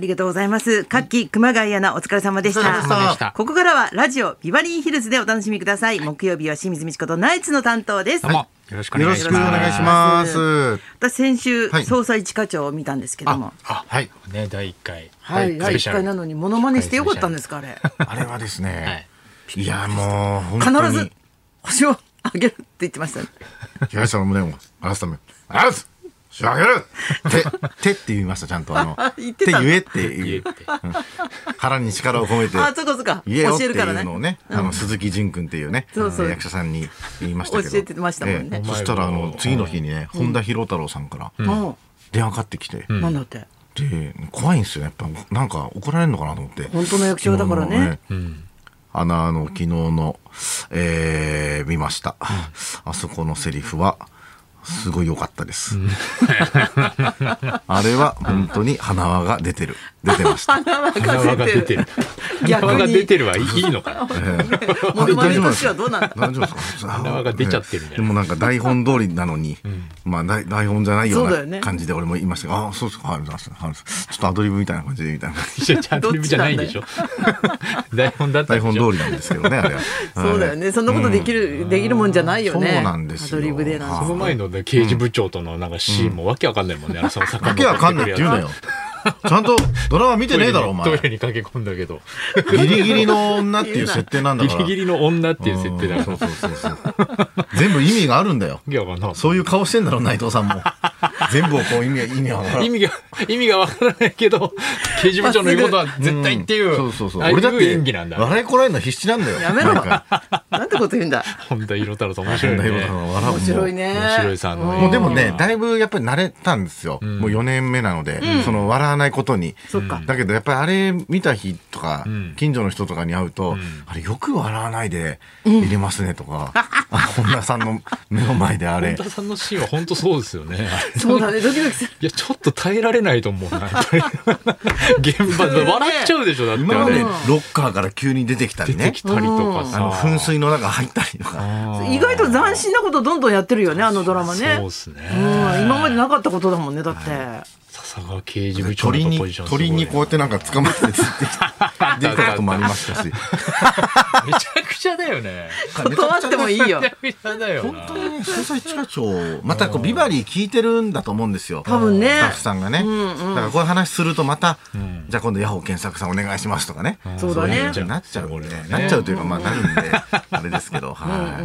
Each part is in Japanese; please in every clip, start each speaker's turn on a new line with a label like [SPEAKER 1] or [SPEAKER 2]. [SPEAKER 1] りがとうございます。各期熊谷アナお疲れ様でし
[SPEAKER 2] お疲れ様でした
[SPEAKER 1] た。
[SPEAKER 2] あ
[SPEAKER 1] ここからはラジオビバリーヒルズでお楽しみください。木曜日は清水美智子とナイツの担当です
[SPEAKER 2] どう。も、よろしくお
[SPEAKER 3] よ
[SPEAKER 2] 願
[SPEAKER 3] ろ
[SPEAKER 2] い
[SPEAKER 3] し
[SPEAKER 2] し
[SPEAKER 3] くお願い
[SPEAKER 2] ま
[SPEAKER 3] し
[SPEAKER 2] す。
[SPEAKER 3] ます。
[SPEAKER 1] 私先週、
[SPEAKER 3] はい
[SPEAKER 1] 捜査一課長を見たんですけども
[SPEAKER 2] あ。あ、はい、ね、第一回。
[SPEAKER 1] はい、
[SPEAKER 2] ス
[SPEAKER 1] 第
[SPEAKER 2] ペ
[SPEAKER 1] 一
[SPEAKER 2] シャル
[SPEAKER 1] 回なのにモノマネしてよかったんですかあれ。
[SPEAKER 3] あれはです ね、い、やもう本
[SPEAKER 1] 必
[SPEAKER 3] 当に
[SPEAKER 1] ず星をあげるって言ってましたね。
[SPEAKER 3] 被害者の胸を改め、あらす、仕上げる。 手手って言いましたちゃんとあの
[SPEAKER 1] 言って
[SPEAKER 3] 手
[SPEAKER 1] た
[SPEAKER 3] 言えって
[SPEAKER 2] 言えっ
[SPEAKER 3] いう
[SPEAKER 2] て。
[SPEAKER 3] 腹に力を込めて。
[SPEAKER 1] あ、そこそこ。
[SPEAKER 3] 言えよっ
[SPEAKER 1] 教
[SPEAKER 3] て
[SPEAKER 1] え
[SPEAKER 3] い
[SPEAKER 1] るから
[SPEAKER 3] うのを
[SPEAKER 1] ね。
[SPEAKER 3] ね、あの鈴木仁君っていうね、
[SPEAKER 1] そうそう
[SPEAKER 3] えー役者さんに言いましたけど、
[SPEAKER 1] 教えてましたもんね
[SPEAKER 3] ええそしたらあ
[SPEAKER 2] お前
[SPEAKER 3] の
[SPEAKER 2] も
[SPEAKER 3] 次の日にね、本田博太郎さんから
[SPEAKER 1] も
[SPEAKER 3] 電話かかってきて、
[SPEAKER 1] う、なんだって。
[SPEAKER 3] で怖いんですよやっぱなんか怒られるのかなと思って
[SPEAKER 1] 本当の役者だからね
[SPEAKER 3] 昨日のあのあの昨日の、えー見ました、あそこのセリフはすごい良かったです、 あれは本当に花輪が出てる出てました
[SPEAKER 1] 鼻は
[SPEAKER 2] 鼻輪が出てる。鼻輪が出てるはいいの かな。
[SPEAKER 1] モノマネとしてはどうなんだ
[SPEAKER 3] 大丈夫 ですか
[SPEAKER 2] 花輪が出ちゃってるんじゃない
[SPEAKER 3] でもなんか台本通りなのに、まあ台台本じゃないよ
[SPEAKER 1] そう
[SPEAKER 3] う
[SPEAKER 1] だよね
[SPEAKER 3] な感じで俺も言いましたけど、ああそうですかはいそうですはいちょっとアドリブみたいな感じでみたいな
[SPEAKER 2] 一緒チャンネルじゃないでしょ。台本だった
[SPEAKER 3] 台
[SPEAKER 2] でしょ
[SPEAKER 3] 本通りなんですけどねあ れは
[SPEAKER 1] そうだよね。そんなことできる、できるもんじゃないよね。
[SPEAKER 3] そうなんですよ
[SPEAKER 1] アドリブでなん
[SPEAKER 3] は
[SPEAKER 1] て
[SPEAKER 2] その前のね刑事部長とのなんかシーンもわけわかんないもんね。あのその坂
[SPEAKER 3] わけわかんないって言うなよ。ちゃんとドラマ見てねえだろ、お
[SPEAKER 2] トイレ
[SPEAKER 3] 前。
[SPEAKER 2] に駆け込んだけど、
[SPEAKER 3] ギリギリの女っていう設定なんだ
[SPEAKER 2] ギ
[SPEAKER 3] から。
[SPEAKER 2] リギリの女っていう設定だから。
[SPEAKER 3] うん
[SPEAKER 2] わ
[SPEAKER 3] そうそうそうそう。全部意味があるんだよ。
[SPEAKER 2] けわかんない。
[SPEAKER 3] そういう顔してんだろ、内藤さんも。全部をこう意味が、意味がわからん
[SPEAKER 2] 意味が、意味がわからないけど、刑事部長の言うことは絶対っていう、
[SPEAKER 3] そうそうそう。
[SPEAKER 2] ああい
[SPEAKER 3] 俺だっ
[SPEAKER 2] う演技なん
[SPEAKER 3] て、
[SPEAKER 2] だ。
[SPEAKER 3] 笑いこらえるの必死なんだよ。
[SPEAKER 1] やめろ
[SPEAKER 3] 毎回
[SPEAKER 1] なんてこと言うんだ。
[SPEAKER 2] 本田色太郎さん面白い
[SPEAKER 3] 内藤
[SPEAKER 2] ね
[SPEAKER 3] さ。んは笑うもん
[SPEAKER 1] 面白いね。
[SPEAKER 2] 面白いさあの
[SPEAKER 1] うん
[SPEAKER 3] もうでもね、だいぶやっぱり慣れたんですよ。もう4年目なので、その笑わないことに。
[SPEAKER 1] そっか。
[SPEAKER 3] だけどやっぱりあれ見た日とか、
[SPEAKER 2] ん
[SPEAKER 3] 近所の人とかに会うと、あれよく笑わないで入れますねと か、本田さんの目の前であ
[SPEAKER 2] 本
[SPEAKER 3] れ
[SPEAKER 2] 田さんのシーンは本当そうですよね。
[SPEAKER 1] そうだね。ドキドキする。
[SPEAKER 2] いや、ちょっと耐えられないと思うな。現場で笑っちゃうでしょ、だって
[SPEAKER 3] 今
[SPEAKER 2] あ
[SPEAKER 3] まで
[SPEAKER 2] れ。
[SPEAKER 3] ロッカーから急に出てきた
[SPEAKER 2] 出
[SPEAKER 3] り
[SPEAKER 2] て
[SPEAKER 3] ね
[SPEAKER 2] きたりとか
[SPEAKER 3] あ
[SPEAKER 2] さ。
[SPEAKER 3] の噴水の中入ったりとか
[SPEAKER 2] あー
[SPEAKER 1] 意外と斬新なことどんどんやってるよね、あのドラマね。
[SPEAKER 2] そう
[SPEAKER 1] うん
[SPEAKER 2] ですね。
[SPEAKER 1] 今までなかったことだもんね、だって。
[SPEAKER 2] 笹川刑事部長
[SPEAKER 3] 鳥
[SPEAKER 2] の
[SPEAKER 3] に
[SPEAKER 2] ポジションすごい
[SPEAKER 3] 鳥にこうやってなんか捕まってつって 出てきたこともありましたし
[SPEAKER 2] めちゃくちゃだよね。
[SPEAKER 1] 断ってもいいよ
[SPEAKER 2] め。ちゃくちゃだよ
[SPEAKER 3] 本
[SPEAKER 2] な。
[SPEAKER 3] 当にね捜査一課長またこうビバリー聞いてるんだと思うんですよ
[SPEAKER 1] 多分ね
[SPEAKER 3] スタッフさんがね、だからこういう話するとまた、じゃあ今度ヤホー検索さんお願いしますとかね、
[SPEAKER 1] そうだね
[SPEAKER 3] なっちゃうんで、
[SPEAKER 2] ね
[SPEAKER 3] なっちゃうというかまあなるんであれですけどはい、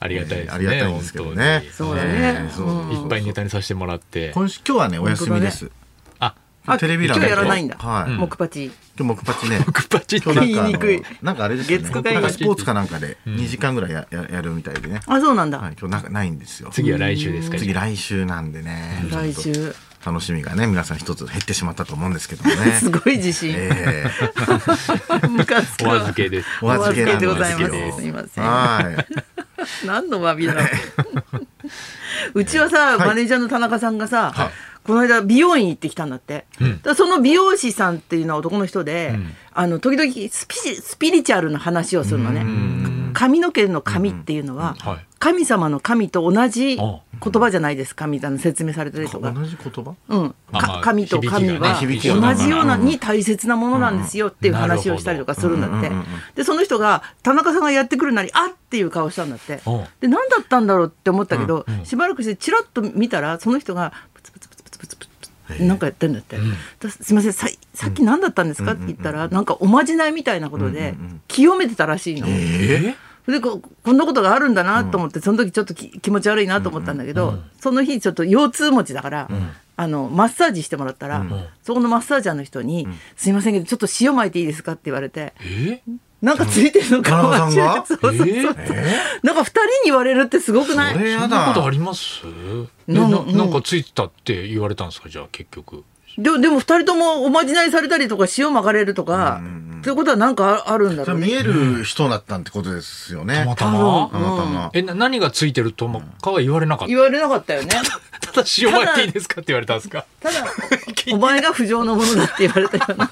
[SPEAKER 2] ありがたいですね。
[SPEAKER 3] ありがたいんですけどね
[SPEAKER 1] そうだね
[SPEAKER 3] ええそう
[SPEAKER 2] 本当にいっぱいネタにさせてもらって。
[SPEAKER 3] 今週今日はねお休みです、
[SPEAKER 2] あ、
[SPEAKER 1] あ
[SPEAKER 3] テレビ欄
[SPEAKER 1] 今日やらないんだ
[SPEAKER 3] はい、今
[SPEAKER 1] 木パチ。
[SPEAKER 3] 日木パチね
[SPEAKER 2] クッパチって
[SPEAKER 3] 今日なんかあ
[SPEAKER 1] 言いにくい
[SPEAKER 3] のなんかあれですよね
[SPEAKER 1] 月九がいい
[SPEAKER 3] なんかスポーツかなんかで2時間ぐらいやややるみたいでね、
[SPEAKER 1] あ、そうなんだ
[SPEAKER 3] は。い、今日なんかないんですよ
[SPEAKER 2] 次は来週ですか
[SPEAKER 3] 次来週なんでね
[SPEAKER 1] 来
[SPEAKER 3] ちょっ
[SPEAKER 1] 週。
[SPEAKER 3] と楽しみがね皆さん一つ減ってしまったと思うんですけどもね
[SPEAKER 1] すごい自信。
[SPEAKER 3] ええ
[SPEAKER 1] ムカつく
[SPEAKER 2] お
[SPEAKER 1] わ。
[SPEAKER 2] 預けです。
[SPEAKER 3] お預けなんですよ
[SPEAKER 1] お預けでございますすいません
[SPEAKER 3] はい。
[SPEAKER 1] 何の詫びだろう。 うちはさ、マネージャーの田中さんがさ、この間美容院行ってきたんだって、だからその美容師さんっていうのは男の人で、あの時々スピリスピリチュアルな話をするのね髪の毛の髪っていうのは、
[SPEAKER 2] うんはい
[SPEAKER 1] 神様の神と同じ
[SPEAKER 2] あ
[SPEAKER 1] 言葉じゃないですかみたいな説明されたりとか
[SPEAKER 3] 同じ言葉
[SPEAKER 1] うん、か
[SPEAKER 2] あまあ
[SPEAKER 1] 神と神は
[SPEAKER 3] 響きがね響きが
[SPEAKER 1] 同
[SPEAKER 3] ね
[SPEAKER 1] じようなに大切なものなんですよっていう話をしたりとかするんだって、でその人が田中さんがやってくるなりあっっていう顔したんだって
[SPEAKER 2] うん
[SPEAKER 1] で何だったんだろうって思ったけど、しばらくしてチラッと見たらその人がプツプツプツプツプツプツってなんかやってんだって、だすいませんささっき何だったんですかって言ったら、なんかおまじないみたいなことで清めてたらしいの。
[SPEAKER 3] え
[SPEAKER 1] でここんなことがあるんだなと思って、その時ちょっとき気持ち悪いなと思ったんだけど、その日ちょっと腰痛持ちだから、あのマッサージしてもらったら、そこのマッサージャーの人に「すいませんけどちょっと塩巻いていいですか?」って言われて
[SPEAKER 2] え
[SPEAKER 1] なんかついてるのかもしれない
[SPEAKER 3] 田中
[SPEAKER 1] そうそうそう、
[SPEAKER 2] えー
[SPEAKER 1] なんか2人に言われるってすごくな
[SPEAKER 3] そ
[SPEAKER 1] い
[SPEAKER 3] れ
[SPEAKER 2] そ
[SPEAKER 3] や
[SPEAKER 2] んなことあ
[SPEAKER 3] だ。
[SPEAKER 2] りますえ
[SPEAKER 1] な
[SPEAKER 2] な
[SPEAKER 1] な
[SPEAKER 2] なんかついてたって言われたんですかじゃあ結局。
[SPEAKER 1] ででも2人ともおまじないされたりとか塩巻かれるとか、ということはなんかああるんだ
[SPEAKER 3] それ
[SPEAKER 1] ろうね
[SPEAKER 3] 見える人だったってことですよ
[SPEAKER 2] た
[SPEAKER 3] ね
[SPEAKER 2] ま。た
[SPEAKER 3] た
[SPEAKER 2] ま
[SPEAKER 3] またま。
[SPEAKER 2] え、な何がついてるともかは言われなかっ
[SPEAKER 1] 言われなかったよね
[SPEAKER 2] た。ただ塩まいていいですかって言われたんですか
[SPEAKER 1] ただ お前が不浄のものだって言われたよ な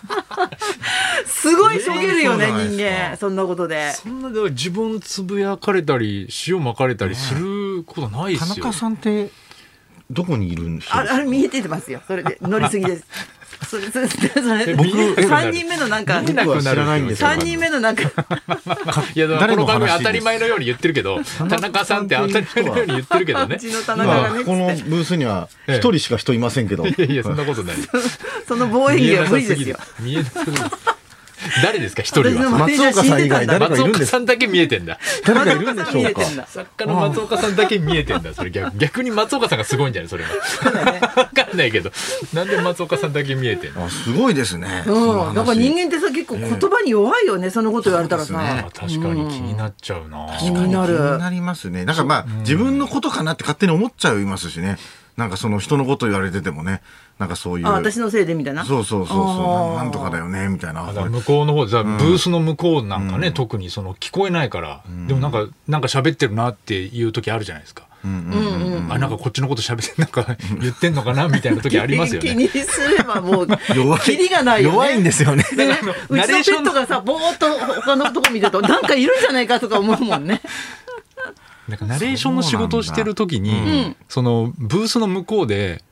[SPEAKER 1] すごいしょげるよね
[SPEAKER 3] そうじゃない
[SPEAKER 1] 人
[SPEAKER 3] ですか
[SPEAKER 1] 間そんなことで
[SPEAKER 2] そんなで自分つぶやかれたり塩まかれたりすることないで
[SPEAKER 3] 田
[SPEAKER 2] すよ。
[SPEAKER 3] 中さんってどこにいるんです
[SPEAKER 1] あ
[SPEAKER 3] か
[SPEAKER 1] あれ見えててますよそれで乗りすぎですそれそれそれ
[SPEAKER 2] 僕え
[SPEAKER 1] 三人目のなんか
[SPEAKER 2] 見えなくなる
[SPEAKER 3] 僕は知らないんですよ
[SPEAKER 1] 三人目のなんか
[SPEAKER 2] いや、だから
[SPEAKER 3] 誰
[SPEAKER 2] こ
[SPEAKER 3] の話
[SPEAKER 2] の番組当たり前のように言ってるけど、田中さんって当たり前のように言ってるけどね
[SPEAKER 1] う。ちの田
[SPEAKER 3] 今
[SPEAKER 1] 中がね
[SPEAKER 3] このブースには一人しか人いませんけど、
[SPEAKER 2] いやいや、そんなことない。
[SPEAKER 1] その防衛
[SPEAKER 2] 見
[SPEAKER 1] 儀
[SPEAKER 2] え
[SPEAKER 1] は
[SPEAKER 2] な
[SPEAKER 1] 無
[SPEAKER 2] さ
[SPEAKER 1] 理
[SPEAKER 2] す
[SPEAKER 1] で
[SPEAKER 2] ぎ
[SPEAKER 1] す
[SPEAKER 2] る
[SPEAKER 1] よ。
[SPEAKER 2] 見えなさすぎる。誰ですか、一
[SPEAKER 1] 私
[SPEAKER 2] 人
[SPEAKER 1] の
[SPEAKER 2] は。
[SPEAKER 1] マネージャー
[SPEAKER 3] 松岡さん以外
[SPEAKER 1] 死でただ
[SPEAKER 3] 誰か
[SPEAKER 2] 松岡さんだけ見えてんだ。
[SPEAKER 3] 誰かいるんでしょうか
[SPEAKER 1] 松岡さん見えてんだ
[SPEAKER 2] 作家の松岡さんだけ見えてんだ。そ れ逆逆に松岡さんがすごいんじゃないそれは。わかんないけど。なんで松岡さんだけ見えてんの
[SPEAKER 3] あすごいですね、その
[SPEAKER 1] う
[SPEAKER 3] 話
[SPEAKER 1] ん、だから人間ってさ結構言葉に弱いよね、そのこと言われたらさ、
[SPEAKER 3] そうですね
[SPEAKER 2] あ確かに気になっちゃうな。
[SPEAKER 1] 気にな
[SPEAKER 3] 気に
[SPEAKER 1] る
[SPEAKER 3] なりますねだからまあ、自分のことかなって勝手に思っちゃいますしねなんかその人のこと言われててもねなんかそういう
[SPEAKER 1] あ私のせいでみたいな
[SPEAKER 3] そうそうそうそう
[SPEAKER 1] あー
[SPEAKER 3] ななんとかだよねみたいな
[SPEAKER 2] あだから向こうの方じゃあブースの向こうなんかね、特にその聞こえないから、でもなんかなんか喋ってるなっていう時あるじゃないですか、あなんかこっちのこと喋ってなんか言ってんのかなみたいな時ありますよ
[SPEAKER 1] 気
[SPEAKER 2] ね
[SPEAKER 1] にすればもう
[SPEAKER 3] 弱い
[SPEAKER 1] キリがないよね
[SPEAKER 3] 弱いんですよね
[SPEAKER 1] でね
[SPEAKER 2] あの
[SPEAKER 1] う
[SPEAKER 2] ナ
[SPEAKER 1] ち
[SPEAKER 2] レ
[SPEAKER 1] の
[SPEAKER 2] ーシ
[SPEAKER 1] ペ
[SPEAKER 2] ョ
[SPEAKER 1] ッ
[SPEAKER 2] ン
[SPEAKER 1] トがさぼーっと他のとこ見てるとなんかいるんじゃないかとか思うもんね
[SPEAKER 2] なんかナレーションの仕事をしてる時にそ,、
[SPEAKER 1] んだ
[SPEAKER 2] のブースの向こうで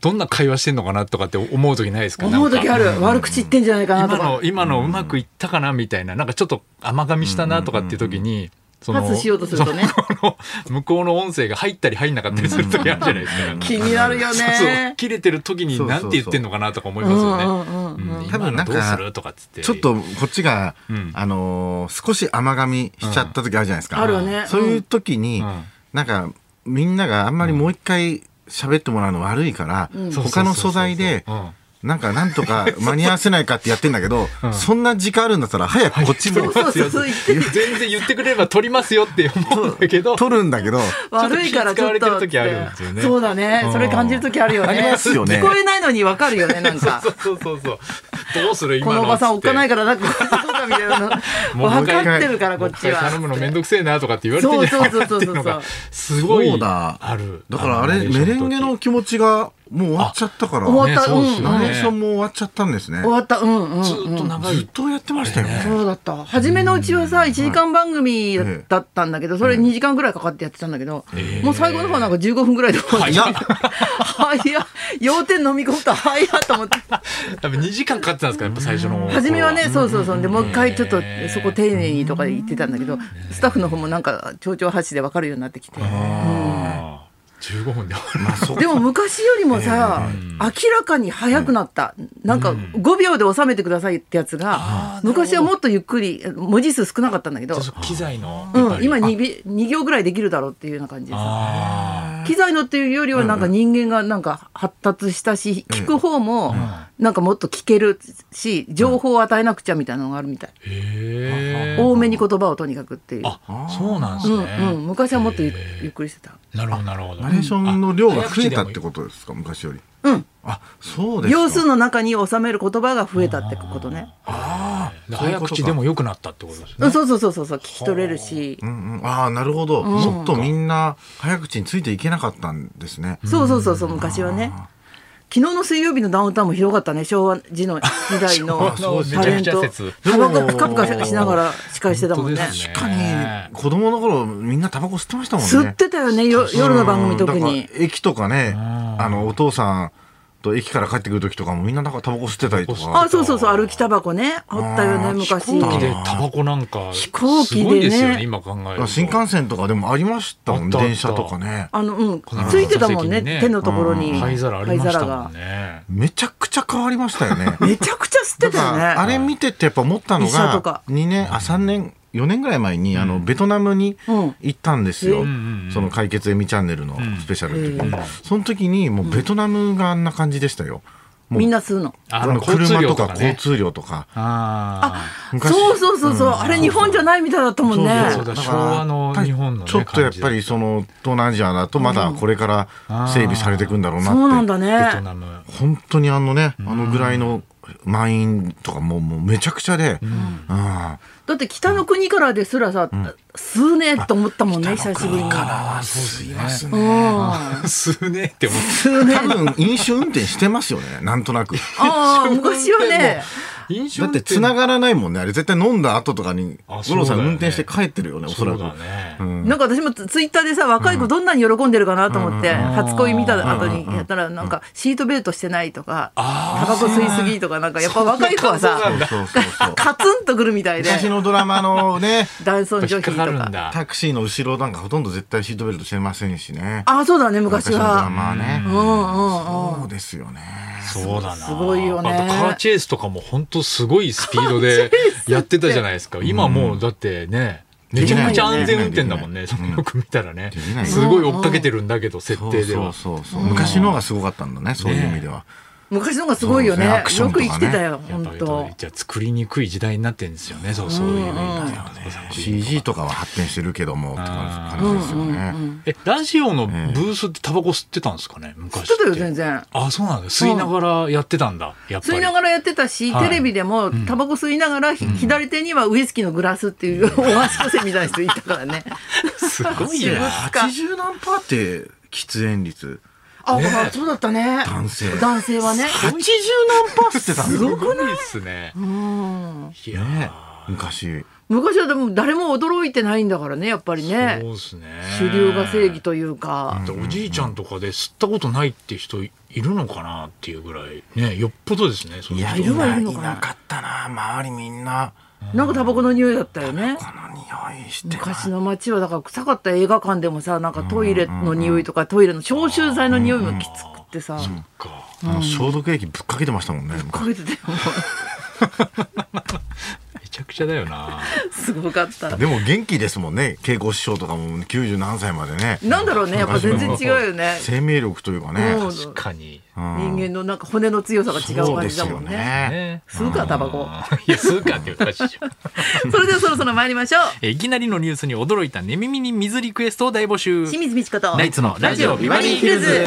[SPEAKER 2] どんな会話してんのかなとかって思う時 ないですか
[SPEAKER 1] 思う時あ
[SPEAKER 2] なんか
[SPEAKER 1] る悪口言ってんじゃないかなと
[SPEAKER 2] 今
[SPEAKER 1] か
[SPEAKER 2] の今のうまくいったかなみたいななんかちょっと甘噛みしたなとかっていう時に、その
[SPEAKER 1] パスしようとするとね
[SPEAKER 2] その 向こうの音声が入ったり入んなかったりする時あるじゃないですかなんか
[SPEAKER 1] 気になるよ
[SPEAKER 2] そうそう
[SPEAKER 1] ね
[SPEAKER 2] 切れてる時に何て言ってんのかなとか思いますよね。
[SPEAKER 1] うんうんうんうん
[SPEAKER 2] うん
[SPEAKER 3] 多分なんか
[SPEAKER 2] 今のどうするとかっつって
[SPEAKER 3] ちょっとこっちが、
[SPEAKER 2] ん
[SPEAKER 3] あのー少し甘噛みしちゃった時あるじゃないですか、
[SPEAKER 1] うんあるよね
[SPEAKER 3] そういう時に、
[SPEAKER 2] うん
[SPEAKER 3] なんかみんながあんまりもう一回喋ってもらうの悪いから、他の素材で、
[SPEAKER 2] うん
[SPEAKER 3] なんかなんとか間に合わせないかってやってんだけど、
[SPEAKER 2] うん
[SPEAKER 3] そんな時間あるんだったら早くこっちも
[SPEAKER 1] そう そうそう言ってる
[SPEAKER 2] 全然言ってくれれば取りますよって思うんだけど
[SPEAKER 3] 取るんだけど、
[SPEAKER 1] 悪いからちょっ
[SPEAKER 2] ちょ
[SPEAKER 1] と
[SPEAKER 2] っと気使われてる時あるんですよね
[SPEAKER 1] そうだね
[SPEAKER 2] うん
[SPEAKER 1] それ感じる時あるよね
[SPEAKER 3] ありますよね
[SPEAKER 1] 聞こえないのにわかるよねなんか
[SPEAKER 2] そうそうそうそうどうする今
[SPEAKER 1] この
[SPEAKER 2] の
[SPEAKER 1] おばさんおっかない
[SPEAKER 2] か
[SPEAKER 1] からなんかそうだみたいなの
[SPEAKER 2] もう
[SPEAKER 1] 分
[SPEAKER 2] 一回
[SPEAKER 1] かってるからこっちは
[SPEAKER 2] 頼むのめんどくせえなとかって言われてんじゃないかなっていうのがすごい
[SPEAKER 3] そうだ
[SPEAKER 2] ある
[SPEAKER 3] だからあれ、メレンゲの気持ちがもう終わっちゃったから、
[SPEAKER 1] 終わっ
[SPEAKER 3] ナ
[SPEAKER 2] ね
[SPEAKER 1] た
[SPEAKER 2] そうっすよね
[SPEAKER 3] レーションも終わっちゃったんですね
[SPEAKER 1] 終。わったうんうんうん
[SPEAKER 2] ずっと長
[SPEAKER 3] ずっ
[SPEAKER 2] い
[SPEAKER 3] とやってましたよね。
[SPEAKER 1] そうだった初めのうちはさ1時間番組
[SPEAKER 3] ええ
[SPEAKER 1] だったんだけどそれ2時間ぐらいかかってやってたんだけど、もう最後の方なんか15分ぐらいで終わっちゃった早っ要点飲み込むと早っと思って
[SPEAKER 2] 多分2時間かかってたんですかやっぱ最初の
[SPEAKER 1] 初めはねそうそうそうでもう一回ちょっと
[SPEAKER 2] へえ
[SPEAKER 1] そこ丁寧にとか言ってたんだけどスタッフの方もなんか丁々発止で分かるようになってきて
[SPEAKER 2] あー15分で終わる
[SPEAKER 3] まあそう
[SPEAKER 1] でも昔よりもさ、明らかに早くなった、なんか5秒で収めてくださいってやつが、昔はもっとゆっくり文字数少なかったんだけど、
[SPEAKER 2] そう機材のやっぱ
[SPEAKER 1] うん、
[SPEAKER 2] り
[SPEAKER 1] 今
[SPEAKER 2] あ
[SPEAKER 1] 2, び2行ぐらいできるだろうっていうような感じです
[SPEAKER 2] あ
[SPEAKER 1] 機材のっていうよりはなんか人間がなんか発達したし、聞く方もなんかもっと聞けるし情報を与えなくちゃみたいなのがあるみたい、
[SPEAKER 2] ーへえ
[SPEAKER 1] 多めに言葉をとにかくっていう、
[SPEAKER 2] あそうなんで
[SPEAKER 1] う
[SPEAKER 2] す
[SPEAKER 1] ん
[SPEAKER 2] ね、
[SPEAKER 1] うん、昔はもっとゆ,、ゆっくりしてた
[SPEAKER 2] なるほどなるほど
[SPEAKER 3] ナレーションの量が増えたって
[SPEAKER 2] と
[SPEAKER 3] ことですか、昔より。
[SPEAKER 1] うん
[SPEAKER 3] あ、そうですか。
[SPEAKER 1] 行数の中に収める言葉が増えたってことね
[SPEAKER 3] ああ、そういう
[SPEAKER 2] 早
[SPEAKER 3] こと
[SPEAKER 2] 口
[SPEAKER 3] か
[SPEAKER 2] で。も良くなったってことです
[SPEAKER 1] う
[SPEAKER 2] ね
[SPEAKER 1] んそうそうそうそうそう聞き取れるし
[SPEAKER 3] うんうん、ああ、なるほど、もっとみんな早口についていけなかったんですね。
[SPEAKER 1] そうそうそうそう昔はね昨日の水曜日のダウンタウンも広がったね昭和時の時代の
[SPEAKER 2] 昭和の
[SPEAKER 1] タレント
[SPEAKER 2] めちゃくちゃ説
[SPEAKER 1] タバコプカプカしながら司会してたもんね
[SPEAKER 2] 本当ですね
[SPEAKER 3] 確かに、子供の頃、みんなタバコ吸ってましたもんね。
[SPEAKER 1] 吸ってたよねよ夜の番組特
[SPEAKER 3] うん
[SPEAKER 1] に
[SPEAKER 3] だから駅とかね、
[SPEAKER 2] ん
[SPEAKER 3] あの、お父さんと駅から帰ってくる時とかもみんななんかタバコ吸ってたりとか。
[SPEAKER 1] あそうそうそう歩きタバコねあったよね昔
[SPEAKER 2] 飛行機でタバコなんか
[SPEAKER 1] 飛行機です
[SPEAKER 2] ごいですよね今考えると
[SPEAKER 3] 新幹線とかでもありましたも
[SPEAKER 2] あ
[SPEAKER 3] ん、
[SPEAKER 2] ったあった
[SPEAKER 3] 電車とかね。
[SPEAKER 1] あのうん
[SPEAKER 2] の
[SPEAKER 1] ついてたもんね
[SPEAKER 2] 座席にね
[SPEAKER 1] 手のところに
[SPEAKER 2] うん灰皿ありました
[SPEAKER 1] 灰
[SPEAKER 2] も
[SPEAKER 1] が
[SPEAKER 2] んね
[SPEAKER 3] めちゃくちゃ変わりましたよね。
[SPEAKER 1] めちゃくちゃ吸って
[SPEAKER 3] だ
[SPEAKER 1] たよね
[SPEAKER 3] からあれ見ててやっぱ思ったの
[SPEAKER 1] 医者とか
[SPEAKER 3] が2年あ3年4年ぐらい前にあのベトナムに
[SPEAKER 1] うん
[SPEAKER 3] 行ったんですよ、
[SPEAKER 1] うん
[SPEAKER 2] うんうん
[SPEAKER 3] その「解決エミチャンネル」のスペシャルの時に、その時にもうベトナムがあんな感じでしたよ。もう
[SPEAKER 1] みんな吸うの
[SPEAKER 2] あ
[SPEAKER 3] あの
[SPEAKER 2] の交通
[SPEAKER 3] 車
[SPEAKER 2] 量
[SPEAKER 3] と
[SPEAKER 2] と
[SPEAKER 3] か
[SPEAKER 2] か
[SPEAKER 3] 交
[SPEAKER 2] ね
[SPEAKER 3] 通量とか
[SPEAKER 2] あ
[SPEAKER 3] 昔
[SPEAKER 1] そうそうそうそうあれ日本じゃないみたいだったもんね
[SPEAKER 2] そうそうだ昭和の日本のね
[SPEAKER 3] ちょっとやっぱりその東南アジアだとまだこれから整備されていくんだろうなって、
[SPEAKER 1] そうなんだ
[SPEAKER 2] あベト
[SPEAKER 1] ね
[SPEAKER 2] ナム
[SPEAKER 3] 本当にあのねあのぐらいの満員とかもうもうめちゃくちゃで、うん
[SPEAKER 1] だって北の国からですらさ吸うねえと思ったもんね久しぶりに
[SPEAKER 3] ああすいますね
[SPEAKER 1] うん
[SPEAKER 2] すねって思って
[SPEAKER 1] 吸うね
[SPEAKER 3] 多分飲酒運転してますよねなんとなく
[SPEAKER 1] ああ昔はね
[SPEAKER 2] 飲酒
[SPEAKER 3] だって繋がらないもんねあれ絶対飲んだ後とかに
[SPEAKER 2] あそ
[SPEAKER 3] 五
[SPEAKER 2] うだ
[SPEAKER 3] 郎さ
[SPEAKER 2] よね
[SPEAKER 3] ん運転して帰ってるよねおそら
[SPEAKER 2] そう
[SPEAKER 3] く
[SPEAKER 2] だね、
[SPEAKER 3] うん
[SPEAKER 1] なんか私もツツイッターでさ若い子どんなに喜んでるかなと思って、初恋見た後にやったらなんかシートベルトしてないとかタバコ吸いすぎとかなんかやっぱ若い子は
[SPEAKER 2] そ
[SPEAKER 1] さ
[SPEAKER 2] うなんだ
[SPEAKER 3] そうそうそう
[SPEAKER 1] カツンとくるみたいで
[SPEAKER 3] 昔のドラマのね
[SPEAKER 1] 男尊
[SPEAKER 2] 引
[SPEAKER 1] 女
[SPEAKER 2] っ
[SPEAKER 1] 卑
[SPEAKER 2] か
[SPEAKER 1] と
[SPEAKER 2] かるん
[SPEAKER 1] か
[SPEAKER 2] だ
[SPEAKER 3] タクシーの後ろなんかほとんど絶対シートベルトしてませんしね
[SPEAKER 1] あそうだね昔
[SPEAKER 3] 昔のドラ
[SPEAKER 1] は
[SPEAKER 3] マはね
[SPEAKER 1] うんうんうん
[SPEAKER 3] そうですよね
[SPEAKER 2] そうだな
[SPEAKER 1] すごいよね
[SPEAKER 2] あとカーチェイスとかも本当すごいスピードでやってたじゃないですか今もうだってねめちゃくちゃ安全運転だもん
[SPEAKER 3] で
[SPEAKER 2] ね
[SPEAKER 3] きないよね
[SPEAKER 2] よく見たらね
[SPEAKER 3] できない
[SPEAKER 2] すごい追っかけてるんだけど設
[SPEAKER 3] そう
[SPEAKER 2] 定で
[SPEAKER 3] そう
[SPEAKER 2] は
[SPEAKER 3] そうそう昔のがすごかったんだねそういう意味では
[SPEAKER 1] 昔の方がすごいよね
[SPEAKER 3] そうですねアクショ
[SPEAKER 1] よ
[SPEAKER 3] ンと
[SPEAKER 1] く
[SPEAKER 3] かね
[SPEAKER 1] 生きてたよ
[SPEAKER 2] やっ
[SPEAKER 1] 本
[SPEAKER 2] ぱり
[SPEAKER 1] 当
[SPEAKER 2] じゃあ作りにくい時代になってるんですよねそうそういう意味ではね
[SPEAKER 3] CG とかは発展してるけどもって感じですよね
[SPEAKER 2] えラジオのブースってタバコ吸ってたんですかね昔
[SPEAKER 1] ちょっとよ
[SPEAKER 2] っ
[SPEAKER 1] 全
[SPEAKER 2] て
[SPEAKER 1] 然
[SPEAKER 2] あそうなんだ吸いながらやってたんだやっぱ
[SPEAKER 1] 吸い
[SPEAKER 2] り
[SPEAKER 1] ながらやってたし、
[SPEAKER 2] はい
[SPEAKER 1] テレビでもタバコ吸いながら、ひ左手にはウイスキーのグラスっていう、 お箸個性みたいな人いたからね
[SPEAKER 2] すごい
[SPEAKER 1] 吸う
[SPEAKER 2] ね
[SPEAKER 3] 80何パーって喫煙率
[SPEAKER 1] あ、
[SPEAKER 2] ねえ
[SPEAKER 1] そうだったね
[SPEAKER 3] 男性
[SPEAKER 1] 男性はね
[SPEAKER 3] 80何パーってたん
[SPEAKER 2] す
[SPEAKER 3] だよ
[SPEAKER 2] ごいですねいやー
[SPEAKER 3] ね昔
[SPEAKER 1] 昔はでも誰も驚いてないんだからねやっぱりね
[SPEAKER 2] そうですね
[SPEAKER 1] 主流が正義というか、
[SPEAKER 2] だっておじいちゃんとかで吸ったことないって人いるのかなっていうぐらいねよっぽどですねその
[SPEAKER 3] いや
[SPEAKER 1] い
[SPEAKER 3] い
[SPEAKER 1] るはい
[SPEAKER 3] な
[SPEAKER 1] る
[SPEAKER 3] い
[SPEAKER 1] のかな
[SPEAKER 3] なかったな周りみんな
[SPEAKER 1] なんかタバコの匂いだったよね
[SPEAKER 3] この匂いしてない
[SPEAKER 1] 昔の街はだから臭かった映画館でもさなんかトイレの匂いとかトイレの消臭剤の匂いもきつくってさ、
[SPEAKER 2] か
[SPEAKER 3] あの消毒液ぶっかけてましたもんね
[SPEAKER 1] かけてても
[SPEAKER 2] めちゃくちゃだよな
[SPEAKER 1] すごかった
[SPEAKER 3] でも元気ですもんね稽古師匠とかも90何歳までね
[SPEAKER 1] なんだろうねやっぱ全然違うよね
[SPEAKER 3] 生命力というかね
[SPEAKER 1] うん
[SPEAKER 2] 確かに
[SPEAKER 1] 人間のなんか骨の強さが違う感じだもんね。
[SPEAKER 2] ね
[SPEAKER 1] 吸うかタバコ。
[SPEAKER 2] いや吸うかっていうかしいじゃん
[SPEAKER 1] それではそろそろ参りましょう。
[SPEAKER 2] えいきなりのニュースに驚いた寝耳に水リクエストを大募集
[SPEAKER 1] 清水美智子と
[SPEAKER 2] ナイツのラジオビバリーヒルズ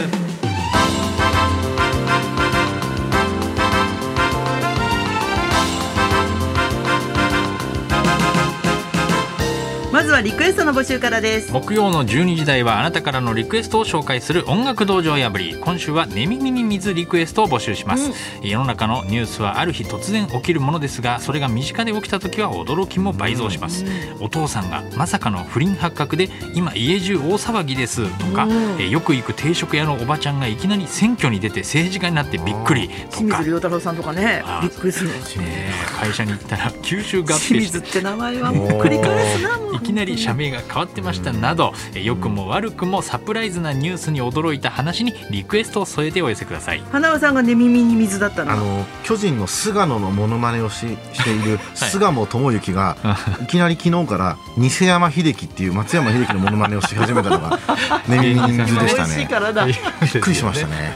[SPEAKER 1] まずはリクエストの募集からです。
[SPEAKER 2] 木曜の12時台はあなたからのリクエストを紹介する音楽道場破り今週は寝耳に水リクエストを募集します、世の中のニュースはある日突然起きるものですがそれが身近で起きた時は驚きも倍増します、お父さんがまさかの不倫発覚で今家中大騒ぎですとか、えよく行く定食屋のおばちゃんがいきなり選挙に出て政治家になってびっくりと
[SPEAKER 1] 清
[SPEAKER 2] か
[SPEAKER 1] 水、亮太郎さんとかね
[SPEAKER 2] あ、ー
[SPEAKER 1] びっくりするよ。
[SPEAKER 2] えー会社に行ったら吸収合併
[SPEAKER 1] 清
[SPEAKER 2] して
[SPEAKER 1] 水って名前はもう繰り返すなもう。
[SPEAKER 2] いきなり社名が変わってましたなどえ良くも悪くもサプライズなニュースに驚いた話にリクエストを添えてお寄せくだ さい
[SPEAKER 1] 花輪さんがね耳に水だった
[SPEAKER 3] あ
[SPEAKER 1] の。
[SPEAKER 3] の巨人の菅野のモノマネをしし ている菅野智之が、い、きなり昨日から西山秀樹っていう松山秀樹のモノマネをし始めたの がネミミンズでし
[SPEAKER 1] 美
[SPEAKER 3] た
[SPEAKER 1] 味しい
[SPEAKER 3] ね
[SPEAKER 1] からだ。
[SPEAKER 3] びっくりしましたね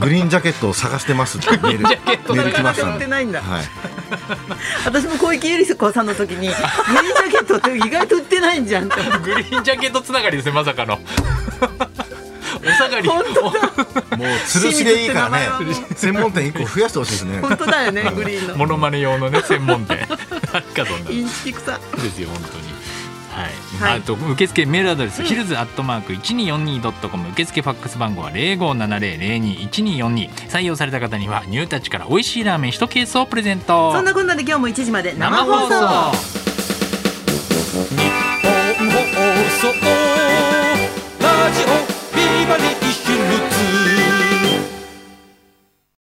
[SPEAKER 3] グリーンジャケットを探してますってメールメール来ました
[SPEAKER 1] 探して
[SPEAKER 3] ね
[SPEAKER 1] ないんだ
[SPEAKER 3] はい、
[SPEAKER 1] 私も小池百合子さんの時に、ミニジャケットって意外と売ってないんじゃんって。
[SPEAKER 2] グリーンジャケットつながりですねまさかの お下がり
[SPEAKER 1] 本当だ。
[SPEAKER 3] もう吊るしでいいか
[SPEAKER 1] 清水って名
[SPEAKER 3] ら
[SPEAKER 1] 前
[SPEAKER 3] ね
[SPEAKER 1] はも
[SPEAKER 3] 専門店1個増やしてほしいですね
[SPEAKER 1] 本当だよね、グリーンの。
[SPEAKER 2] モノマネ用のね専門 店あるかそんなの
[SPEAKER 1] インチキ臭。
[SPEAKER 2] ですよ本当に。は、
[SPEAKER 1] はいい
[SPEAKER 2] あと受付メールアドレス、ヒルズアットマーク一二四二ドットコム受付ファックス番号は零五七零零二一二四二採用された方にはニュータッチから美味しいラーメン一ケースをプレゼント。
[SPEAKER 1] そんなこんなで今日も1時まで生放
[SPEAKER 2] 日本
[SPEAKER 1] 送。
[SPEAKER 2] 放送ラジオビバリーヒルズ。